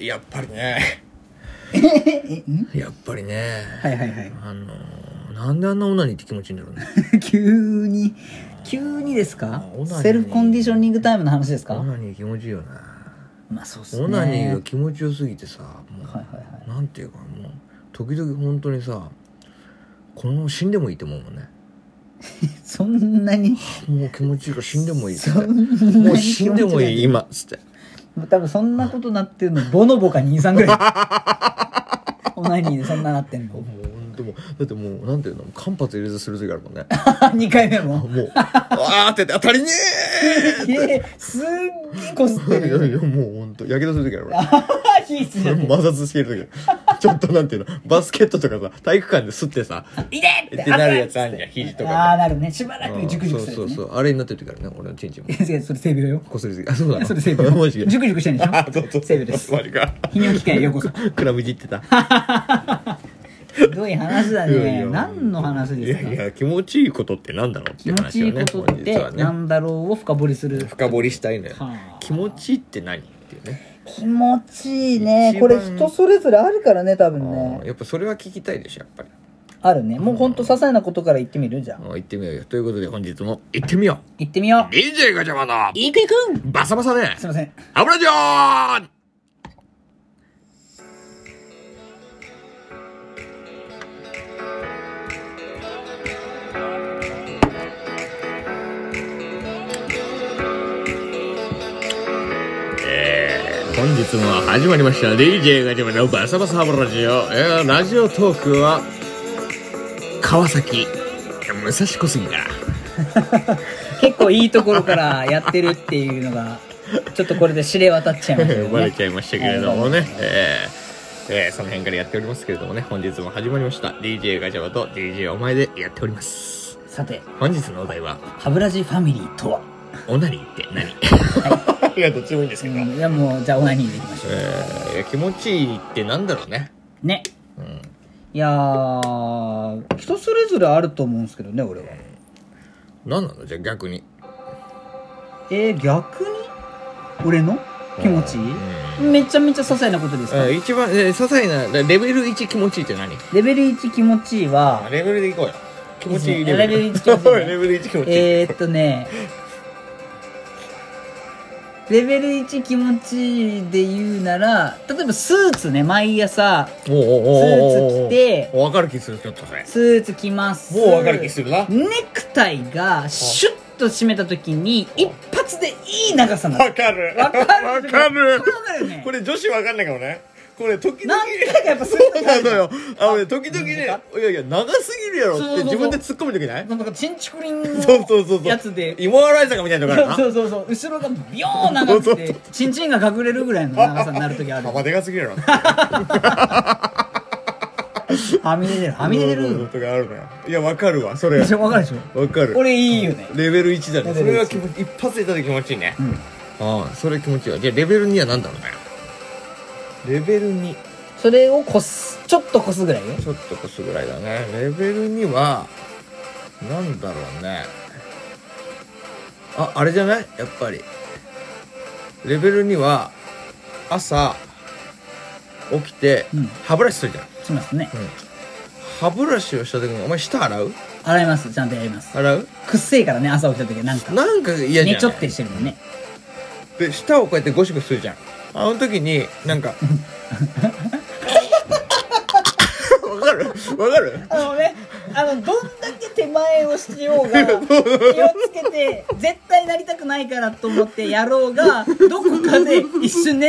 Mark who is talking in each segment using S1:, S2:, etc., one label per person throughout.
S1: やっぱりねやっぱりね
S2: はいはい はい。
S1: あのーなんであんなオナニーって気持ちいいんだろう ね
S2: 急に、急にですか
S1: オナニー
S2: セルフコンディショニングタイムの話です
S1: オ
S2: か
S1: ナニー気持ちいいよね
S2: まあそうっすね。
S1: オナニーが気持ちよすぎてさもう、
S2: はいはいはい。
S1: なんていうかもう時々本当にさこのまま死んでもいいって思うもんね
S2: そんなに、
S1: もう気持ちいいから死んでもいいっつっ
S2: そ
S1: て
S2: んな
S1: もう
S2: に
S1: 死んでもいい
S2: い。
S1: 今っつって
S2: 多分そんなことなってるの、ボノボか23ぐら い。オナニーでそんななってん
S1: もう
S2: の。
S1: でもだってもうなんていうの間髪入れずする時あるもんね
S2: 2回目も。
S1: もう「あー」って言って「当たりね
S2: いえすっげえこすっ
S1: ー!」
S2: て
S1: い やい
S2: る。
S1: やもうほんとやけどする時ある俺
S2: あははヒ ースじゃん。
S1: 摩擦してる時あるちょっとなんていうのバスケットとかさ体育館で吸ってさ
S2: いでっ
S1: っててなるやつあるじゃん肘と
S2: ああ
S1: か
S2: ー、なるね。しばら
S1: で
S2: くジュクジュクするやつ
S1: そ
S2: ね。
S1: うそうそうあれになってる時あるね俺のチンチンも
S2: いや違うそれ性病よ。
S1: こすりすぎあそうだな
S2: それ セ ーブ
S1: マ
S2: よ。
S1: ジで
S2: ジュクジュクしてんでし ょ
S1: あそうそう
S2: セーブです。
S1: マジか
S2: 泌尿器科へようこ そ。
S1: クラブいじってた
S2: ひどい話だ
S1: いやい
S2: ね。
S1: や
S2: 何の話です
S1: いやい
S2: か
S1: や気持ちいいことってなんだろうって
S2: 気
S1: いう
S2: 持ち
S1: 話
S2: い
S1: よ
S2: い
S1: ね
S2: ことっ
S1: 本日は
S2: て
S1: ね
S2: なんだろうを深掘りする。
S1: 深掘りしたいのよ
S2: はあ
S1: 気持ちいいって何っていうね
S2: 気持ちいい
S1: 一
S2: ね。
S1: 番
S2: これ人それぞれあるからね、多分
S1: あー
S2: ね。
S1: やっぱそれは聞きたいでしょやっぱり
S2: あるね。もうほんと些細なことから言ってみるじゃ
S1: あ
S2: ん。
S1: ー行ってみようよということで本日も行ってみよ
S2: 行ってみよ
S1: う DJ ガチャマンの
S2: う。行く行く
S1: バサバサです
S2: いません。
S1: 油じゃーんえー本日も始まりました DJ が始まるバサバサハブラジオ、えーラジオトークは川崎武蔵小杉から
S2: 結構いいところからやってるっていうのが、ちょっとこれで知れ渡っちゃいました よ
S1: バレ
S2: ね。
S1: ちゃいましたけれどもね、えーえーその辺からやっておりますけれどもね、本日も始まりました。DJ ガチャバと DJ お前でやっております。
S2: さて、
S1: 本日のお題は、
S2: 歯ブラシファミリーとは
S1: オナニーって何いや、どっちもいいんです
S2: う
S1: けど。
S2: ん、じゃあもう、じゃあオナニーでいきましょう。
S1: えーいや気持ちいいってなんだろうね。
S2: ね。
S1: うん。
S2: いやー、人それぞれあると思うんですけどね、俺は。
S1: 何なのじゃあ逆に。
S2: えー、逆に俺の気持ちいい、
S1: う
S2: めちゃめちゃ些細なことですか
S1: あ
S2: ら、
S1: 一番、えー、些細な、レベル1気持ちいいって何
S2: レベル1気持ちいいは、
S1: レベルでいこうよ。気持ちいいレベル。
S2: いいですねレベル一気持ちいいね
S1: レベル1気持ちいい。
S2: えー、っとね、レベル1気持ちいいで言うなら、例えばスーツね、毎朝、
S1: おうおうおうおう
S2: スーツ着て
S1: お分かる気する、ちょっとそれ。
S2: スーツ着ます。
S1: もう分かる気するな。
S2: ネクタイがシュッと締めた時に、一発でいい長さになる。
S1: かる
S2: わかる
S1: わかる
S2: これわかるよね。
S1: これ女子わかんないかもねこれ時々
S2: 何回かやっぱスー
S1: そう
S2: ツ
S1: な
S2: 着
S1: の
S2: て
S1: よあのね時々ねい
S2: 短
S1: やいや長すぎるやろ
S2: そう
S1: っ
S2: そうそ
S1: て
S2: う
S1: 自分で突っ込む時ない
S2: なんかチンチクリン
S1: そうそうそうそ
S2: の
S1: う
S2: やつで
S1: 芋洗い坂みたいなとこあるな
S2: そうそうそう後ろがビヨーン長くてチンチンが隠れるぐらいの長さになる時 ある
S1: 幅でかすぎるやろ
S2: はみ出てるはみ出て
S1: そうそう
S2: る
S1: とかあるのよいやわかるわそれ
S2: で
S1: わ
S2: しょわかるでしょ
S1: かる
S2: 俺いいよね
S1: レベル1だね
S2: レベル一
S1: それは気持ち一発でた時気持ちいいね
S2: うん
S1: ああそれ気持ちいいわじゃあレベル2は何だろうねレベル2
S2: それをこすちょっとこすぐらいよ
S1: ちょっとこすぐらいだね。レベル2は、なんだろうね。あ、あれじゃないやっぱり。レベル2は、朝、起きて
S2: うん、
S1: 歯ブラシするじゃん。
S2: しますね
S1: 歯ブラシをした時に、お前舌洗う
S2: 洗いますちゃんとやります
S1: 洗う
S2: くっせえからね朝起きた時なんか
S1: なんか嫌じゃん。
S2: ねちょってしてるもんね
S1: で、舌をこうやってゴシゴシするじゃん。あの時に、なん か、わかるわかる
S2: あのねあのどんだけ手前をしようが気をつけて絶対なりたくないからと思ってやろうがどこかで一瞬ね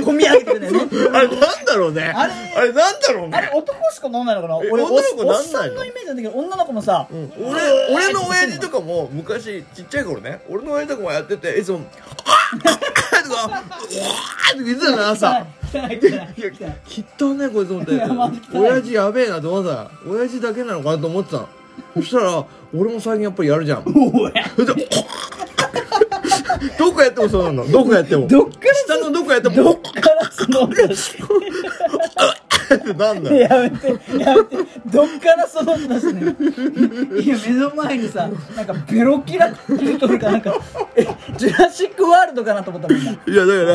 S2: 込み上げてくるんだよね
S1: あれなんだろうねあ
S2: あれ
S1: れなんだろうね
S2: あれ男しか飲んないのかな
S1: え
S2: 俺お
S1: 女の子
S2: おっ
S1: なんな
S2: さ
S1: いの
S2: んのイメージだけど女の子もさ、
S1: うん、俺俺の親父とかも昔ちっちゃい頃ね俺の親父とかもやってていつも 「あっ!」とか「うわ!」って言ってたの朝
S2: 汚い汚い
S1: いや
S2: 汚い汚い
S1: き汚ねこいつ思って
S2: いやまあ汚い
S1: 親父やべえなと思ってた親父だけなのかなと思ってたのそしたら俺も最近やっぱりやるじゃん
S2: おい
S1: それで どこやってもそうなのどこやっても
S2: どっから
S1: 下のどこやっても
S2: どっからその
S1: ってってなんだよ
S2: やめてやめてどっからその出すのよいや目の前にさなんかベロキラってるとるかなんかえジュラシック・ワールドかなと思ったもんない
S1: やだか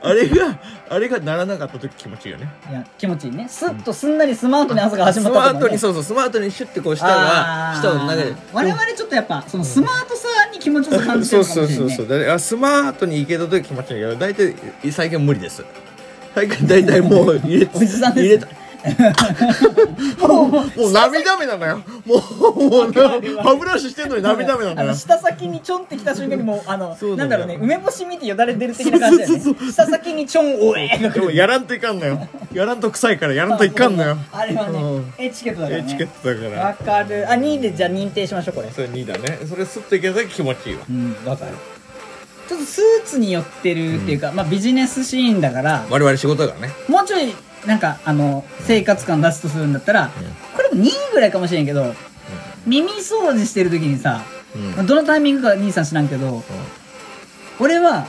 S1: らあれがあれがならなかった時気持ちいいよね
S2: や気持ちいいねスッとすんなりスマートに朝が始
S1: ス
S2: ま
S1: マ
S2: ったと
S1: ー
S2: か、
S1: トに
S2: ね、
S1: そうそうスマートにシュッてこうしたら
S2: あー
S1: したの中で
S2: 我々ちょっとやっぱそのスマートさに気持ちよさ感じて
S1: そう
S2: るか
S1: そ
S2: も
S1: う
S2: しれ
S1: そうそ
S2: ない
S1: う
S2: ね
S1: だからあスマートにいけた時気持ちいいけど大体最近は無理です最近大体もう入れ
S2: おじさん
S1: 入れ
S2: です
S1: たもうもう涙目なのよもうもうな歯ブラシしてんのに涙目なの
S2: あ
S1: よ
S2: の舌先にちょんってきた瞬間にもうあの
S1: そうな
S2: なんん
S1: だ
S2: だ
S1: よ
S2: ろうね梅干し見てよだれ出る的な感じだよね
S1: そう
S2: 舌先にちょんおえーが
S1: で
S2: 来る
S1: もやらんといかんのよやらんと臭いからやらんといかんのよ
S2: あれは
S1: う
S2: ね
S1: ん
S2: エチケットだから
S1: エ
S2: ね
S1: チケットだから
S2: わかるあ2でじゃあ認定しましょうこれ
S1: それ2だねそれスッといけた時気持ちいいわ
S2: うんわかるちょっとスーツに寄ってるっていうか、まあビジネスシーンだから
S1: 我々仕事だからね
S2: もうちょいなんかあの生活感出すとするんだったら、これも2位ぐらいかもしれんけど、耳掃除してる時にさ、
S1: うん
S2: どのタイミングか兄さん知らんけど、俺は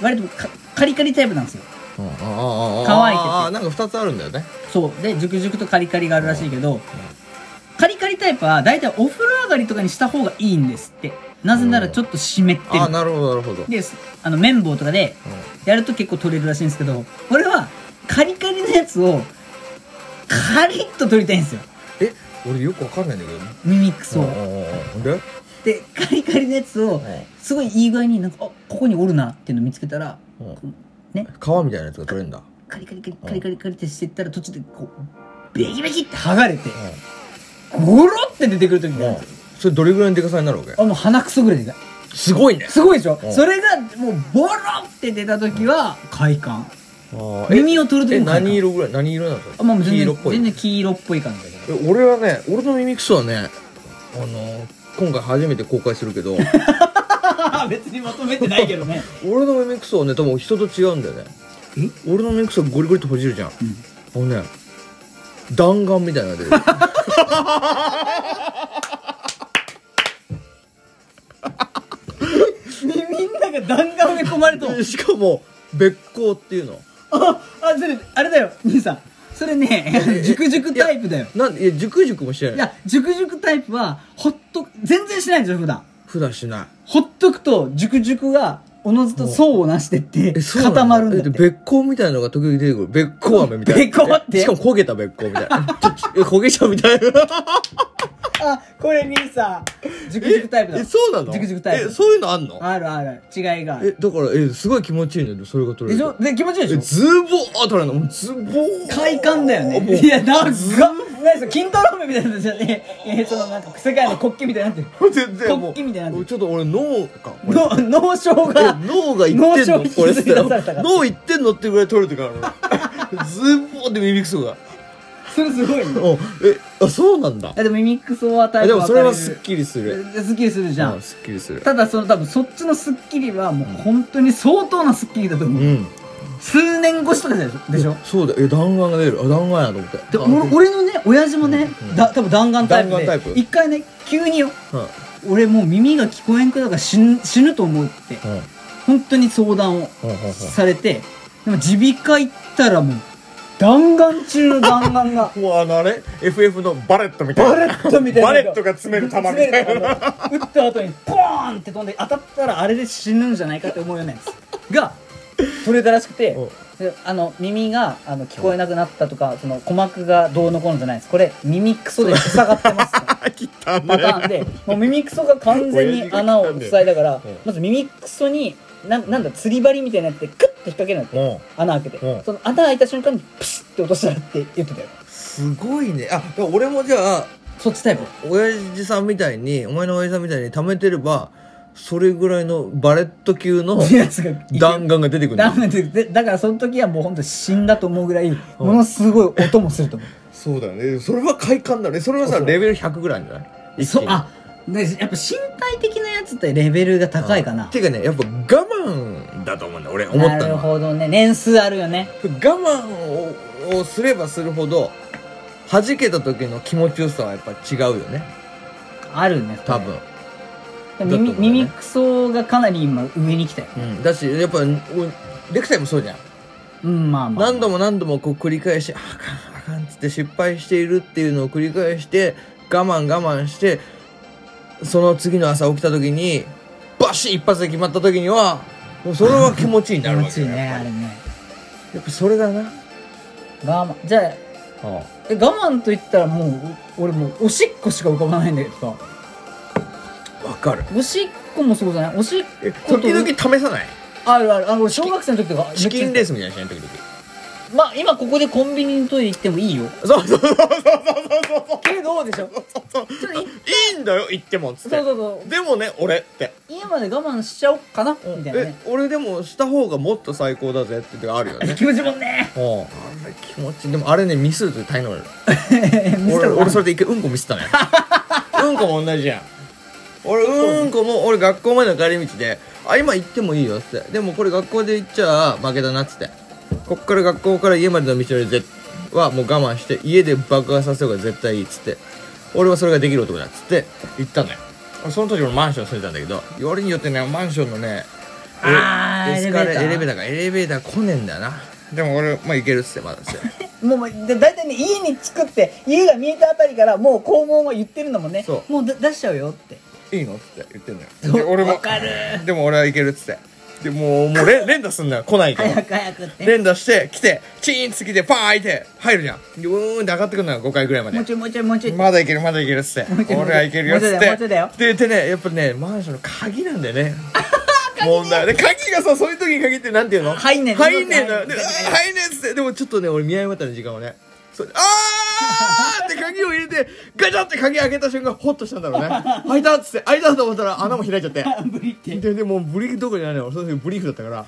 S2: 割とカカリカリタイプなんですよ
S1: うんああああ
S2: 乾いてて
S1: ああなんか2つあるんだよね
S2: そうでジュクジュクとカリカリがあるらしいけど、カリカリタイプは大体お風呂上がりとかにした方がいいんですってなぜならちょっと湿ってる、
S1: ああなるほどなるほど
S2: であの綿棒とかでやると結構取れるらしいんですけど俺はカリカリのやつをカリッと取りたいんですよ
S1: え俺よくわかんないんだけどね
S2: 耳くそを
S1: うんで
S2: でカリカリのやつをすごいいい具合になんかあここにおるなっていうの見つけたら
S1: うん
S2: こうね
S1: 皮みたいなやつが取れるんだ
S2: カリカリカリカリカリカリってしてったら途中でこうベキベキって剥がれてゴロって出てくる時があるんですよ
S1: それどれぐらいのデカさになるわけ
S2: あもう鼻くそぐらいでかい
S1: すごいね
S2: すごいでしょ
S1: うん
S2: それがもうボロって出た時は快感
S1: 耳
S2: 耳を取る時
S1: え
S2: も快感
S1: 何色ぐらい何色なの
S2: あもう
S1: それ
S2: 全
S1: 黄色っ
S2: 然
S1: ぽい
S2: 全然黄色っぽい感じだけど
S1: え俺はね俺の耳くそはねあのー今回初めて公開するけ ど
S2: 別にまとめてないけどね
S1: 俺の耳くそはね多分人と違うんだよね俺の耳くそゴリゴリとほじるじゃん、あのね弾丸みたいなのが出る
S2: みんなが弾丸埋め込まれと
S1: でしかも別光っていうの
S2: ああそれあれだよ兄さんそれね熟熟タイプだよ
S1: なんでいや熟熟もしてない
S2: いや熟熟タイプはほっと全然しないんですよ普段
S1: 普段しない
S2: ほっとくと熟熟がおのずと層をなしてって
S1: えそうな
S2: 固まるんだ
S1: え
S2: って
S1: で別光みたいなのが時々出てくる別光飴みたいな
S2: 別光って
S1: しかも焦げた別光みたいなちょちょ焦げちゃうみたいな
S2: あこれ兄さん熟熟タイプだ
S1: えそうなの
S2: ジュクジュクタイプ
S1: えそういうのあんの
S2: あるある違いがあ
S1: え
S2: る
S1: だからえすごい気持ちいいねでそれが取
S2: で
S1: れ
S2: し
S1: る
S2: ょで気持ちいい
S1: え
S2: でしょ
S1: ズボーあ取れるのもうズボー
S2: 快感だよ
S1: もう
S2: ねいやなんか何それ筋トロームみたいなやつじゃねええそのなんか世界の国旗みたいになってる
S1: 全然も
S2: 突起みたいなの
S1: うちょっと俺脳かこれ
S2: の脳症
S1: え
S2: が
S1: 脳がいってんの
S2: 脳症
S1: これっ
S2: 引
S1: て
S2: きずり出されたから
S1: 脳いってんのってぐらい取れてから ズボーって耳くそが
S2: それすごいね
S1: うんえあそうなんだ
S2: あでもミミックスはタ
S1: あ
S2: イ
S1: で
S2: プ
S1: も
S2: 分
S1: そ
S2: か
S1: れ
S2: れ
S1: は
S2: る
S1: すっきりする
S2: すっきりするじゃ
S1: うんすっきりする
S2: ただその多分そっちのスッキリはもう本当に相当なスッキリだと
S1: う
S2: 思う、
S1: ん
S2: 数年越しとかでしょでしょ
S1: そうだえ弾丸が出るあ弾丸やと思って
S2: で
S1: あ
S2: 俺俺のね親父もね、だ多分弾丸タイプ
S1: 弾
S2: で
S1: 丸タイプ
S2: 一回ね急によ
S1: うん
S2: 俺もう耳が聞こえんくだから死ぬ死ぬと思うって
S1: うん
S2: 本当に相談を
S1: うんうんうん
S2: されてでも耳鼻科行ったらもう弾丸中の弾丸が
S1: もうあのあれ FF の バレットみたいな
S2: バレットみたいな
S1: バレットが詰める球みたいな
S2: 打った後にポーンって飛んで当たったらあれで死ぬんじゃないかって思うようなやつが取れたらしくて
S1: うん
S2: であの耳があの聞こえなくなったとかその鼓膜がどうのこうのじゃないですこれ耳クソで塞がって ます
S1: あ切ったね
S2: パターンでもう耳クソが完全に穴を塞いだから
S1: うん
S2: まず耳クソにななんだ釣り針みたいなやつでクッて引っ掛けるんだって
S1: うん
S2: 穴開け
S1: うん
S2: てその穴開いた瞬間にプシッて落としたらって言ってたよ
S1: すごいねあだから俺もじゃあ
S2: そっちタイプ
S1: 親父さんみたいにお前の親父さんみたいに貯めてればそれぐらいのバレット級の
S2: やつが
S1: 弾丸が出てくる
S2: ダ
S1: の
S2: メででだからその時はもう本当死んだと思うぐらいものすごい音もすると思う、
S1: そうだよねそれは快感だねそれはさ
S2: そう
S1: レベル100ぐらいじゃない一気に
S2: そうあでやっぱ身体的なやつってレベルが高いか
S1: うん
S2: な
S1: ていうかねやっぱ我慢だと思うんだ俺思った
S2: なる
S1: のは
S2: ほどね年数あるよね
S1: 我慢ををすればするほど弾けた時の気持ちよさはやっぱ違うよね
S2: あるね
S1: 多分、
S2: で
S1: だと思う
S2: も耳
S1: ね
S2: 耳くそがかなり今上に来たよ
S1: うん、だしやっぱおレクサイもそうじゃん
S2: うんまあまあ
S1: 何度も何度もこう繰り返しあかんあかんっつって失敗しているっていうのを繰り返して我慢我慢してその次の朝起きた時にバシッ一発で決まった時にはもうそれは気持ちいいにな
S2: 気
S1: るわ
S2: 持
S1: け
S2: ち
S1: よ
S2: いいね
S1: やっぱ
S2: あれ
S1: り
S2: ね
S1: やっぱそれだな
S2: 我慢じゃあえ我慢と言ったらもうお俺もうおしっこしか浮かばないんだけどさ
S1: わかる
S2: おしっこもそうじゃないおしっ
S1: え
S2: こと
S1: 時々試さない
S2: あるあるあの俺小学生の時とか
S1: チキンレー
S2: ス
S1: スみたいなのしない時々
S2: まあ今ここでコンビニのトイレ行ってもいいよ
S1: そうそうそうそうそうそう
S2: けどでしょ
S1: そう
S2: ちょっとい
S1: いいんだよ行ってもっつって
S2: そうそうそう
S1: でもね俺って
S2: 家まで我慢しちゃおっかなみたいな
S1: え
S2: ね
S1: 俺でもした方がもっと最高だぜって時あるよ ね
S2: 気持ちもんね
S1: あれ気持ちいいでもあれねミスると大変なの俺
S2: 俺
S1: 俺それで一回うんこ見せ たねうんこも同じじゃん俺うんこも俺学校までの帰り道で「あ今行ってもいいよ」っつってでもこれ学校で行っちゃ負けだなっつってこっから学校から家までの道のりぜはもう我慢して家で爆破させようが絶対いいっつって俺はそれができる男だっつって行ったんだよその時俺マンション住んでたんだけどよりによってねマンションのねえ
S2: あー
S1: エスカレエ
S2: エレ
S1: レベ
S2: ベー
S1: ーターがエレベーター来ねえんだよなでも俺まあ行けるっつってまだっつって
S2: もうもうだだいたいね家に着くって家が見えたあたりからもう肛門は言ってるんだもんね
S1: そ
S2: もうだ出しちゃうよって
S1: いいのって言ってんのよ
S2: そう
S1: で俺も
S2: わかる
S1: でも俺はいけるっつってでもうもう 連連打すんだよ来ないから
S2: 早く早くって
S1: 連打して来てチーンって来てパーン開いて入るじゃんでうーんって上がってくるのよ5回ぐらいま
S2: も
S1: で
S2: うちょいもうちょいもうちょい
S1: まだいけるまだいけるっつっ
S2: もうち
S1: て
S2: ょい
S1: 俺はいけるよっつって
S2: もうちょいだよもうちょいだ
S1: ででねやっぱねマンションの鍵なんだよ ね問題で鍵がさそういう時に限ってなんていうの
S2: 入んねえ
S1: 入んねえのよで
S2: 入んねえ
S1: あー入んねえっつってでもちょっとね俺見誤ったの時間をねそれあーって鍵を入れてガチャって鍵開けた瞬間ホッとしたんだ ろうね開いたっつって開いたと思ったら穴も開いちゃって
S2: 無理って
S1: ででもうブリーフどころじゃないのよその時ブリーフだったから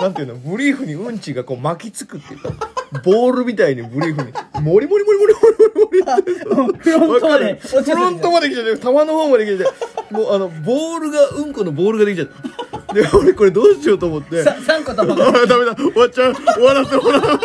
S1: なんていうのブリーフにうんちがこう巻きつくっていうかボールみたいにブリーフにモリモリモリモリモリモリって
S2: フロントまで
S1: フロントまで来ちゃって玉の方まで来ちゃってもうあのボールがうんこのボールができちゃってで俺これどうしようと思って
S2: さ3個玉が
S1: あダメだ終わっちゃう終わらせて終わらせて